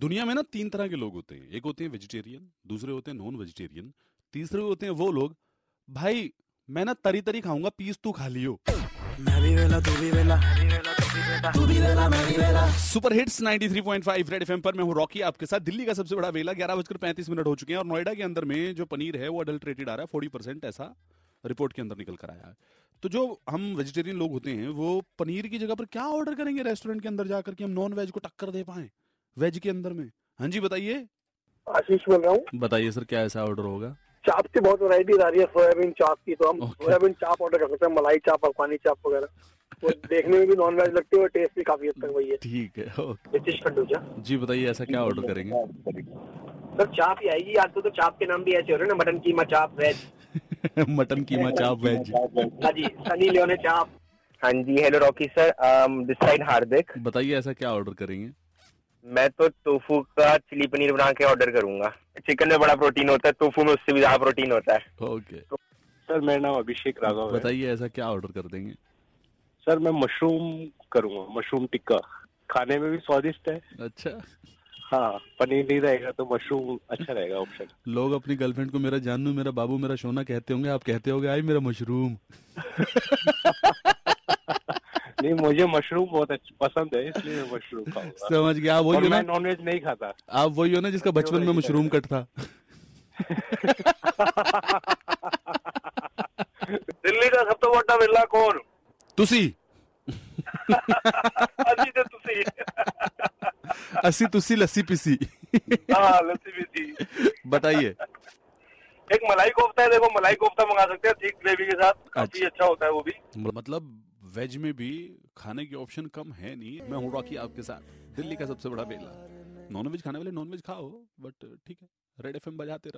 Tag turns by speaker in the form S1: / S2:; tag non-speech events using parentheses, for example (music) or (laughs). S1: दुनिया में ना तीन तरह के लोग होते हैं एक होते हैं वेजिटेरियन दूसरे होते हैं नॉन वेजिटेरियन तीसरे होते हैं वो लोग भाई मैं ना तरी तरी खाऊंगा पीस तू खा लियो
S2: मैं भी वेला तू भी वेला तू भी वेला मैं भी वेला
S1: सुपर हिट्स 93.5 रेड एफएम पर मैं हूं रॉकी आपके साथ दिल्ली का सबसे बड़ा वेला ग्यारह बजकर पैंतीस मिनट हो चुके हैं और नोएडा के अंदर में जो पनीर है वो अडल्ट्रेटेड आ रहा है फोर्टी परसेंट ऐसा रिपोर्ट के अंदर निकल कर आया है तो जो हम वेजिटेरियन लोग होते हैं वो पनीर की जगह पर क्या ऑर्डर करेंगे रेस्टोरेंट के अंदर जाकर कि हम नॉन वेज को टक्कर दे पाए वेज के अंदर में हाँ जी बताइए
S3: आशीष बोल रहा हूँ
S1: बताइए सर क्या ऐसा ऑर्डर होगा
S3: चाप की बहुत वैरायटीज आ रही है सोयाबीन चाप की तो हम
S1: Okay.
S3: सोयाबीन चाप ऑर्डर कर सकते हैं मलाई चाप अफगानी चाप वगैरह वो देखने में भी नॉन वेज लगती है और टेस्ट भी काफी हद तक वही है
S1: ठीक है ओके
S3: नीतीश खंडूजा
S1: जी बताइए ऐसा क्या ऑर्डर करेंगे (laughs)
S3: सर चाप ही आएगी आजकल तो चाप के नाम भी ऐसे हो रहे हैं ना mutton keema chaap veg
S1: mutton
S4: (laughs)
S1: keema chaap veg
S3: हाँ जी सनी लियोने चाप
S5: हाँ जी hello Rocky sir this side Um, Hardik
S1: बताइए ऐसा क्या ऑर्डर करेंगे
S5: मैं तो टोफू का चिली पनीर बना के ऑर्डर करूंगा चिकन में बड़ा प्रोटीन होता है टोफू में उससे भी ज्यादा प्रोटीन होता है
S1: ओके
S4: सर मेरा नाम अभिषेक राघव है
S1: बताइए ऐसा क्या ऑर्डर कर देंगे
S4: सर मैं मशरूम करूंगा मशरूम टिक्का खाने में भी स्वादिष्ट है
S1: अच्छा
S4: हाँ पनीर नहीं रहेगा तो मशरूम अच्छा रहेगा ऑप्शन
S1: लोग अपनी गर्लफ्रेंड को मेरा जानू मेरा बाबू मेरा सोना कहते होंगे आप कहते होंगे आई मेरा मशरूम
S4: नहीं मुझे मशरूम बहुत अच्छा पसंद है इसलिए मैं मशरूम खाऊंगा
S1: समझ गया आप वही
S4: और
S1: हो
S4: मैं
S1: ना
S4: नॉनवेज नहीं खाता
S1: आप वही हो ना जिसका बचपन में मशरूम कट था (laughs)
S3: दिल्ली का सब तो बड़ा बिरला कौन
S1: तुसी
S3: अजी तो तुसी
S1: असी तुसी लस्सी पिसी (laughs)
S3: हाँ लस्सी भी थी
S1: बताइए
S3: एक मलाई कोफ्ता है देखो मलाई कोफ्ता मंगा सकते हैं ठीक ग्रेवी के साथ
S1: काफी
S3: अच्छा होता है वो भी
S1: मतलब वेज में भी खाने के ऑप्शन कम है नहीं मैं हूँ रॉकी आपके साथ दिल्ली का सबसे बड़ा बेला नॉनवेज खाने वाले नॉनवेज खाओ बट ठीक है रेड एफएम बजाते रहो